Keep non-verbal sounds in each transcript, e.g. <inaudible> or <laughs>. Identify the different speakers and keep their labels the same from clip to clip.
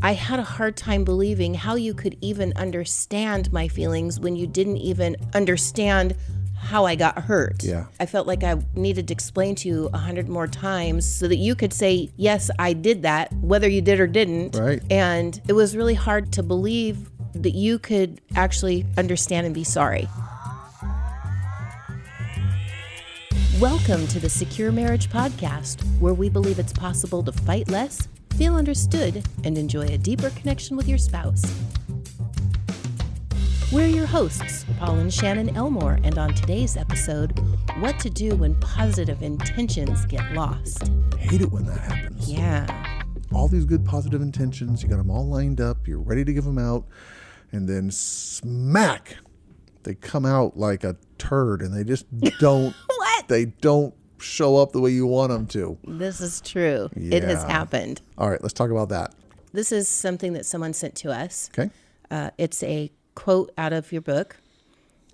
Speaker 1: I had a hard time believing how you could even understand my feelings when you didn't even understand how I got hurt.
Speaker 2: Yeah.
Speaker 1: I felt like I needed to explain to you a hundred more times so that you could say, Yes, I did that, whether you did or didn't.
Speaker 2: Right.
Speaker 1: And it was really hard to believe that you could actually understand and be sorry. Welcome to the Secure Marriage Podcast, where we believe it's possible to fight less, feel understood, and enjoy a deeper connection with your spouse. We're your hosts, Paul and Shannon Elmore, and on today's episode, what to do when positive intentions get lost.
Speaker 2: Hate it when that happens.
Speaker 1: Yeah.
Speaker 2: All these good positive intentions, you got them all lined up, you're ready to give them out, and then smack, they come out like a turd, and they just don't.
Speaker 1: What?
Speaker 2: They don't show up the way you want them to.
Speaker 1: This is true. It has
Speaker 2: Yeah.
Speaker 1: happened.
Speaker 2: All right, let's talk about that.
Speaker 1: This is something that someone sent to us.
Speaker 2: Okay.
Speaker 1: Uh, it's a quote out of your book,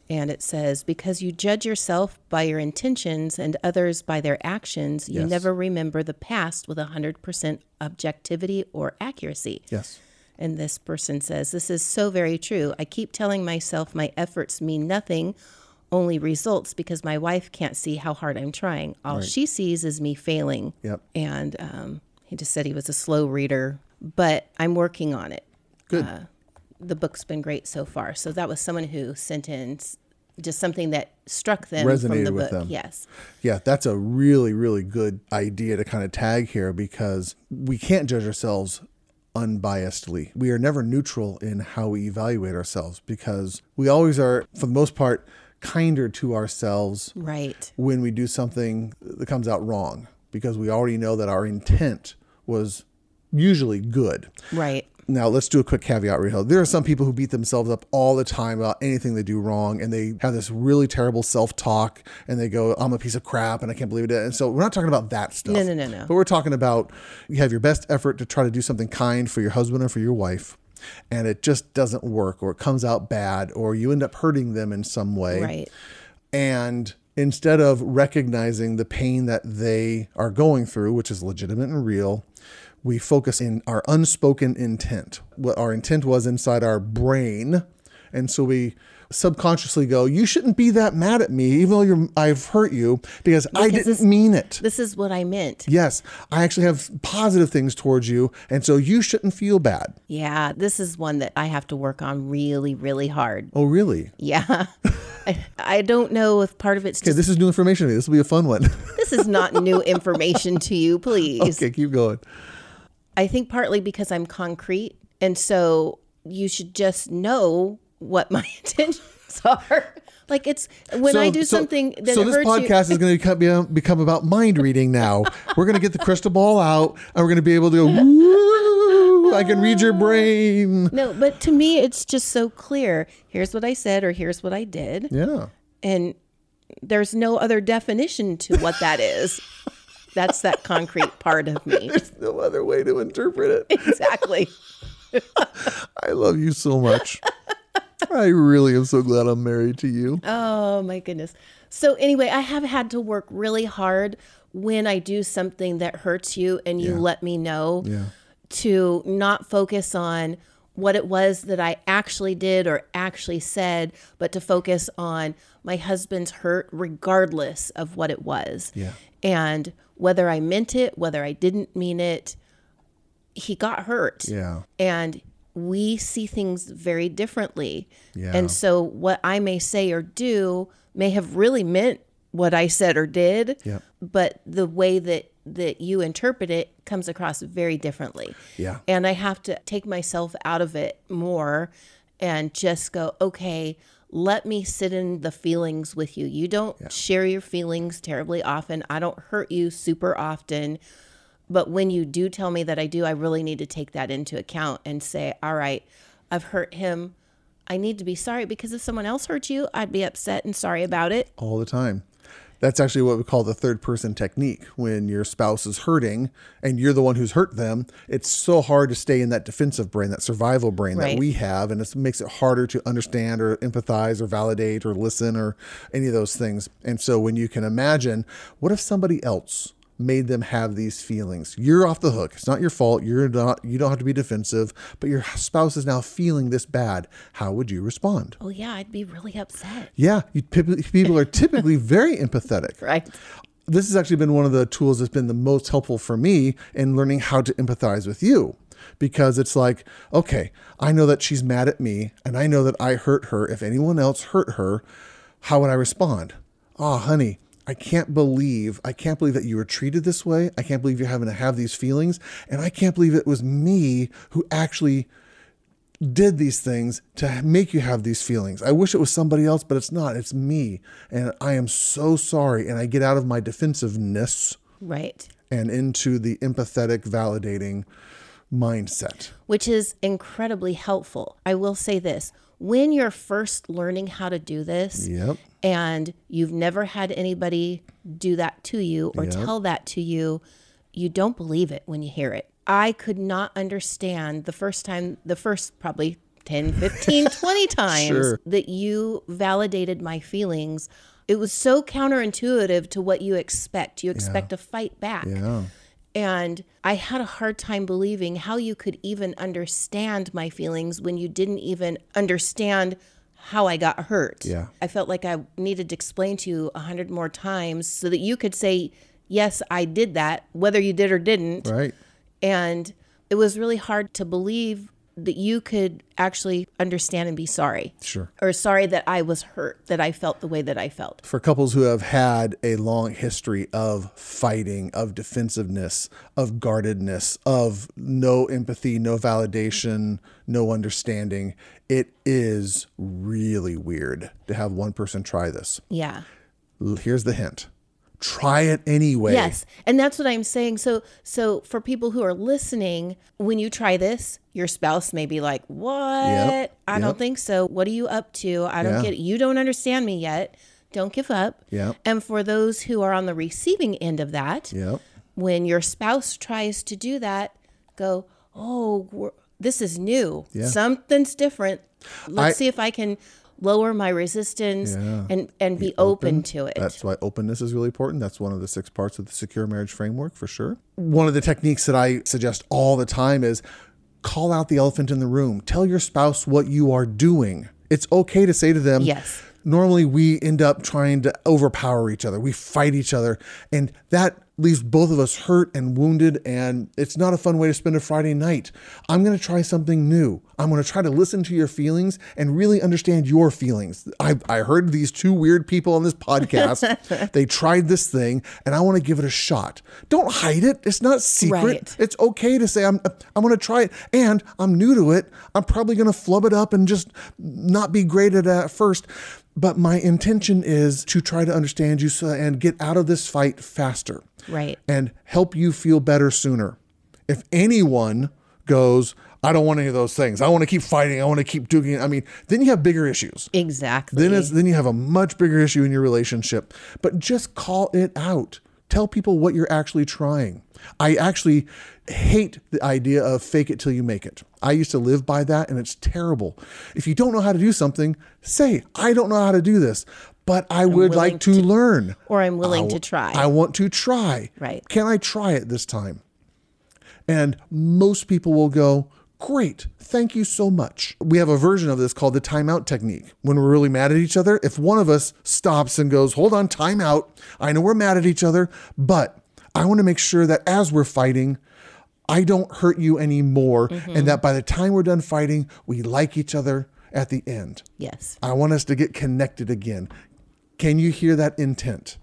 Speaker 1: and it says, Because you judge yourself by your intentions and others by their actions, you
Speaker 2: Yes.
Speaker 1: never remember the past with 100% objectivity or accuracy.
Speaker 2: Yes.
Speaker 1: And this person says, This is so very true. I keep telling myself my efforts mean nothing, only results, because my wife can't see how hard I'm trying. All she sees is me failing.
Speaker 2: Yep.
Speaker 1: And um, he just said he was a slow reader, but I'm working on it
Speaker 2: Good.
Speaker 1: the book's been great so far. So that was someone who sent in s- just something that struck them from
Speaker 2: Resonated
Speaker 1: the
Speaker 2: with
Speaker 1: book.
Speaker 2: them.
Speaker 1: Yes.
Speaker 2: Yeah, that's a really, really good idea to kind of tag here because we can't judge ourselves unbiasedly. We are never neutral in how we evaluate ourselves because we always are, for the most part, kinder to ourselves
Speaker 1: Right.
Speaker 2: when we do something that comes out wrong because we already know that our intent was usually good.
Speaker 1: Right.
Speaker 2: Now let's do a quick caveat real. There are some people who beat themselves up all the time about anything they do wrong, and they have this really terrible self-talk, and they go, "I'm a piece of crap, and I can't believe it." And so we're not talking about that stuff.
Speaker 1: No, no, no, no.
Speaker 2: But we're talking about you have your best effort to try to do something kind for your husband or for your wife, and it just doesn't work, or it comes out bad, or you end up hurting them in some way.
Speaker 1: Right.
Speaker 2: And instead of recognizing the pain that they are going through, which is legitimate and real, we focus in our unspoken intent, what our intent was inside our brain. And so we subconsciously go, you shouldn't be that mad at me, even though you're, I've hurt you, because, I didn't
Speaker 1: this-
Speaker 2: mean it.
Speaker 1: This is what I meant.
Speaker 2: yes, I actually have positive things towards you. And so you shouldn't feel bad.
Speaker 1: Yeah. This is one that I have to work on really, really hard.
Speaker 2: Oh, really?
Speaker 1: Yeah. I, I don't know if part of it's
Speaker 2: Okay,
Speaker 1: just,
Speaker 2: this is new information to me. This will be a fun one. <laughs>
Speaker 1: this is not new information to you, please.
Speaker 2: okay, keep going.
Speaker 1: I think partly because I'm concrete. And so you should just know what my <laughs> intentions are. Like it's when I do something that
Speaker 2: so this
Speaker 1: hurts you.
Speaker 2: podcast is going to become, become about mind reading now.
Speaker 1: <laughs>
Speaker 2: we're going to get the crystal ball out, and we're going to be able to go. Woo, I can read your brain.
Speaker 1: No, but to me, it's just so clear. Here's what I said, or here's what I did.
Speaker 2: Yeah,
Speaker 1: And there's no other definition to what that
Speaker 2: <laughs>
Speaker 1: is. That's that concrete part of me.
Speaker 2: no other way to interpret it.
Speaker 1: Exactly.
Speaker 2: I love you
Speaker 1: <laughs>
Speaker 2: so much. I really am so glad I'm married to you.
Speaker 1: Oh, my goodness. So, anyway, I have had to work really hard when I do something that hurts you and you
Speaker 2: Yeah.
Speaker 1: let me know
Speaker 2: Yeah.
Speaker 1: to not focus on what it was that I actually did or actually said, but to focus on my husband's hurt, regardless of what it was.
Speaker 2: Yeah.
Speaker 1: And whether I meant it, whether I didn't mean it, he got hurt.
Speaker 2: Yeah.
Speaker 1: And we see things very differently.
Speaker 2: Yeah.
Speaker 1: And so what I may say or do may have really meant what I said or did,
Speaker 2: Yep.
Speaker 1: but the way that that you interpret it comes across very differently.
Speaker 2: Yeah.
Speaker 1: And I have to take myself out of it more and just go, okay, let me sit in the feelings with you. You don't share your feelings terribly often. I don't hurt you super often. But when you do tell me that I do, I really need to take that into account and say, all right, I've hurt him. I need to be sorry because if someone else hurt you, I'd be upset and sorry about it.
Speaker 2: all the time. That's actually what we call the third person technique. When your spouse is hurting and you're the one who's hurt them, it's so hard to stay in that defensive brain, that survival brain
Speaker 1: Right.
Speaker 2: that we have. And it makes it harder to understand or empathize or validate or listen or any of those things. And so when you can imagine, what if somebody else made them have these feelings. You're off the hook. It's not your fault. You're not you don't have to be defensive, but your spouse is now feeling this bad. How would you respond?
Speaker 1: Oh yeah, I'd be really upset.
Speaker 2: Yeah, you, typ- people are typically very empathetic.
Speaker 1: Right.
Speaker 2: This has actually been one of the tools that's been the most helpful for me in learning how to empathize with you because it's like, okay, I know that she's mad at me and I know that I hurt her. If anyone else hurt her, how would I respond? Oh, honey, I can't believe, I can't believe that you were treated this way. I can't believe you're having to have these feelings. And I can't believe it was me who actually did these things to make you have these feelings. I wish it was somebody else, but it's not. It's me. And I am so sorry. And I get out of my defensiveness
Speaker 1: Right.
Speaker 2: and into the empathetic, validating mindset.
Speaker 1: which is incredibly helpful. I will say this when you're first learning how to do this
Speaker 2: Yep.
Speaker 1: and you've never had anybody do that to you or tell that to you, you don't believe it when you hear it. I could not understand the first time, the first probably
Speaker 2: <laughs>
Speaker 1: 10, 15, 20 times
Speaker 2: Sure.
Speaker 1: that you validated my feelings. It was so counterintuitive to what you expect. You expect a fight back.
Speaker 2: Yeah.
Speaker 1: And I had a hard time believing how you could even understand my feelings when you didn't even understand how I got hurt.
Speaker 2: Yeah.
Speaker 1: I felt like I needed to explain to you a hundred more times so that you could say, Yes, I did that, whether you did or didn't.
Speaker 2: Right.
Speaker 1: And it was really hard to believe that you could actually understand and be sorry.
Speaker 2: Sure.
Speaker 1: Or sorry that I was hurt, that I felt the way that I felt.
Speaker 2: for couples who have had a long history of fighting, of defensiveness, of guardedness, of no empathy, no validation, no understanding, it is really weird to have one person try this.
Speaker 1: Yeah.
Speaker 2: L- Here's the hint try it anyway.
Speaker 1: Yes. And that's what I'm saying. So so for people who are listening, when you try this, your spouse may be like, "What? I
Speaker 2: Yep.
Speaker 1: don't think so. What are you up to? I don't
Speaker 2: Yeah.
Speaker 1: get it. You don't understand me yet." Don't give up.
Speaker 2: Yep.
Speaker 1: And for those who are on the receiving end of that,
Speaker 2: Yep.
Speaker 1: when your spouse tries to do that, go, "Oh, we're, this is new. Something's different. Let's
Speaker 2: I-
Speaker 1: see if I can lower my resistance
Speaker 2: Yeah.
Speaker 1: and and be open, to it."
Speaker 2: That's why openness is really important. That's one of the six parts of the secure marriage framework for sure. One of the techniques that I suggest all the time is call out the elephant in the room. Tell your spouse what you are doing. It's okay to say to them,
Speaker 1: Yes.
Speaker 2: Normally, we end up trying to overpower each other. We fight each other. And that leaves both of us hurt and wounded. And it's not a fun way to spend a Friday night. I'm going to try something new. I'm going to try to listen to your feelings and really understand your feelings. I, I heard these two weird people on this podcast. they tried this thing, and I want to give it a shot. Don't hide it. It's not secret.
Speaker 1: Right.
Speaker 2: It's okay to say I'm I'm going to try it and I'm new to it. I'm probably going to flub it up and just not be great at it at first. But my intention is to try to understand you so, and get out of this fight faster
Speaker 1: Right.
Speaker 2: and help you feel better sooner. If anyone goes, I don't want any of those things. I want to keep fighting. I want to keep doing it. I mean, then you have bigger issues.
Speaker 1: Exactly.
Speaker 2: Then it's then you have a much bigger issue in your relationship. But just call it out. Tell people what you're actually trying. I actually hate the idea of fake it till you make it. I used to live by that and it's terrible. If you don't know how to do something, say, I don't know how to do this, but I would like to, learn.
Speaker 1: or I'm willing
Speaker 2: I-
Speaker 1: to try.
Speaker 2: I want to try.
Speaker 1: Right.
Speaker 2: Can I try it this time? And most people will go, Great, thank you so much. We have a version of this called the timeout technique. When we're really mad at each other, if one of us stops and goes, Hold on, timeout. I know we're mad at each other, but I want to make sure that as we're fighting, I don't hurt you anymore.
Speaker 1: Mm-hmm.
Speaker 2: And that by the time we're done fighting, we like each other at the end.
Speaker 1: yes.
Speaker 2: I want us to get connected again. Can you hear that intent?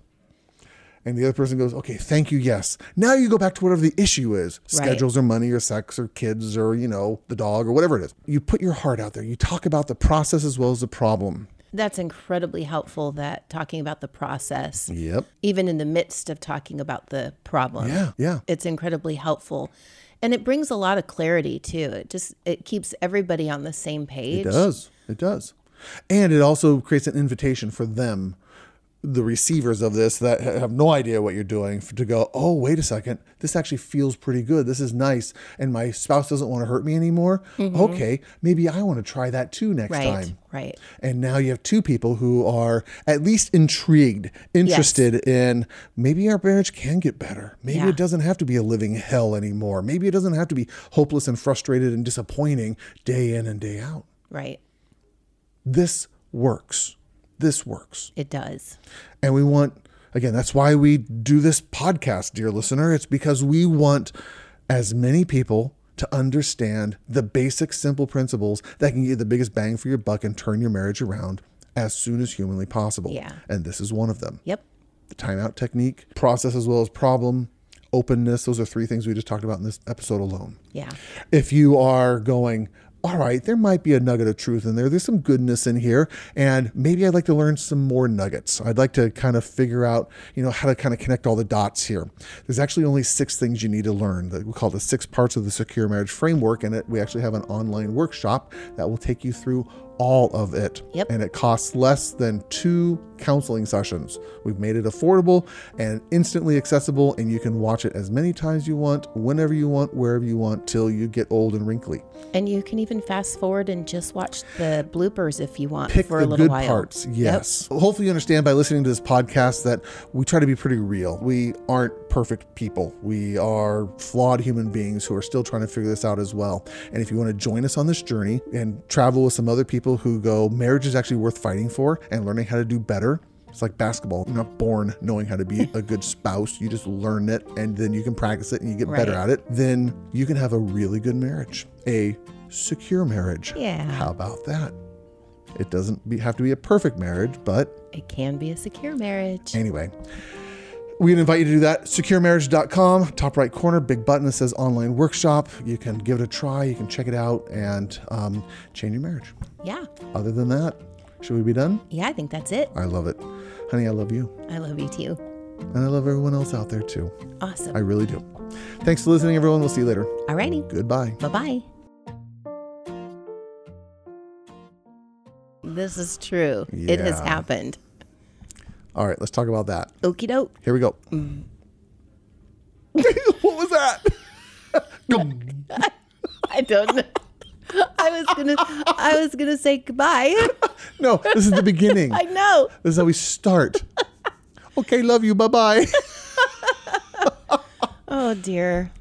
Speaker 2: And the other person goes, okay, thank you, yes. Now you go back to whatever the issue is
Speaker 1: Right.
Speaker 2: schedules or money or sex or kids or, you know, the dog or whatever it is. You put your heart out there. You talk about the process as well as the problem.
Speaker 1: That's incredibly helpful that talking about the process,
Speaker 2: Yep.
Speaker 1: even in the midst of talking about the problem.
Speaker 2: Yeah. Yeah.
Speaker 1: It's incredibly helpful. And it brings a lot of clarity too. It just it keeps everybody on the same page.
Speaker 2: It does. It does. And it also creates an invitation for them the receivers of this that ha- have no idea what you're doing f- to go, oh, wait a second, this actually feels pretty good. This is nice. And my spouse doesn't want to hurt me anymore. Okay, maybe I want to try that too next
Speaker 1: Mm-hmm. Right.
Speaker 2: time.
Speaker 1: Right.
Speaker 2: And now you have two people who are at least intrigued, interested in maybe our marriage can get better. Maybe
Speaker 1: Yeah.
Speaker 2: it doesn't have to be a living hell anymore. Maybe it doesn't have to be hopeless and frustrated and disappointing day in and day out.
Speaker 1: Right.
Speaker 2: This works. This works.
Speaker 1: It does.
Speaker 2: And we want, again, that's why we do this podcast, dear listener. It's because we want as many people to understand the basic, simple principles that can get the biggest bang for your buck and turn your marriage around as soon as humanly possible.
Speaker 1: Yeah.
Speaker 2: And this is one of them
Speaker 1: Yep.
Speaker 2: the timeout technique, process as well as problem, openness. Those are three things we just talked about in this episode alone
Speaker 1: Yeah.
Speaker 2: if you are going, all right, there might be a nugget of truth in there. There's some goodness in here. And maybe I'd like to learn some more nuggets. I'd like to kind of figure out, you know, how to kind of connect all the dots here. There's actually only six things you need to learn that we call the six parts of the secure marriage framework. And it, we actually have an online workshop that will take you through all of it.
Speaker 1: Yep.
Speaker 2: And it costs less than two counseling sessions. We've made it affordable and instantly accessible, and you can watch it as many times you want, whenever you want, wherever you want, till you get old and wrinkly.
Speaker 1: And you can even fast forward and just watch the bloopers if you want
Speaker 2: Pick
Speaker 1: for a
Speaker 2: the
Speaker 1: little
Speaker 2: good
Speaker 1: while.
Speaker 2: parts. Yes. Hopefully, you understand by listening to this podcast that we try to be pretty real. We aren't perfect people. We are flawed human beings who are still trying to figure this out as well. And if you want to join us on this journey and travel with some other people who go, marriage is actually worth fighting for and learning how to do better. It's like basketball. You're not born knowing how to be a good spouse. You just learn it and then you can practice it and you get better
Speaker 1: Right.
Speaker 2: at it. Then you can have a really good marriage, a secure marriage.
Speaker 1: Yeah.
Speaker 2: How about that? It doesn't be, have to be a perfect marriage, but
Speaker 1: It can be a secure marriage.
Speaker 2: Anyway, we'd invite you to do that. SecureMarriage.com, top right corner, big button that says online workshop. You can give it a try, you can check it out, and um, change your marriage.
Speaker 1: Yeah.
Speaker 2: Other than that, should we be done?
Speaker 1: Yeah, I think that's it.
Speaker 2: I love it. Honey, I love you.
Speaker 1: I love you too.
Speaker 2: And I love everyone else out there too. I
Speaker 1: Awesome.
Speaker 2: really do. Thanks for listening, everyone. We'll see you later.
Speaker 1: Alrighty.
Speaker 2: Goodbye.
Speaker 1: Bye bye. This is true. It has
Speaker 2: Yeah.
Speaker 1: happened.
Speaker 2: All right, let's talk about that.
Speaker 1: Okie doke. <laughs>
Speaker 2: Here we go. <laughs> what was that? <laughs>
Speaker 1: I don't know. <laughs> I was gonna I was gonna say goodbye. <laughs>
Speaker 2: No, this is the beginning.
Speaker 1: I know.
Speaker 2: This is how we start. <laughs> okay, love you. Bye bye.
Speaker 1: Oh dear.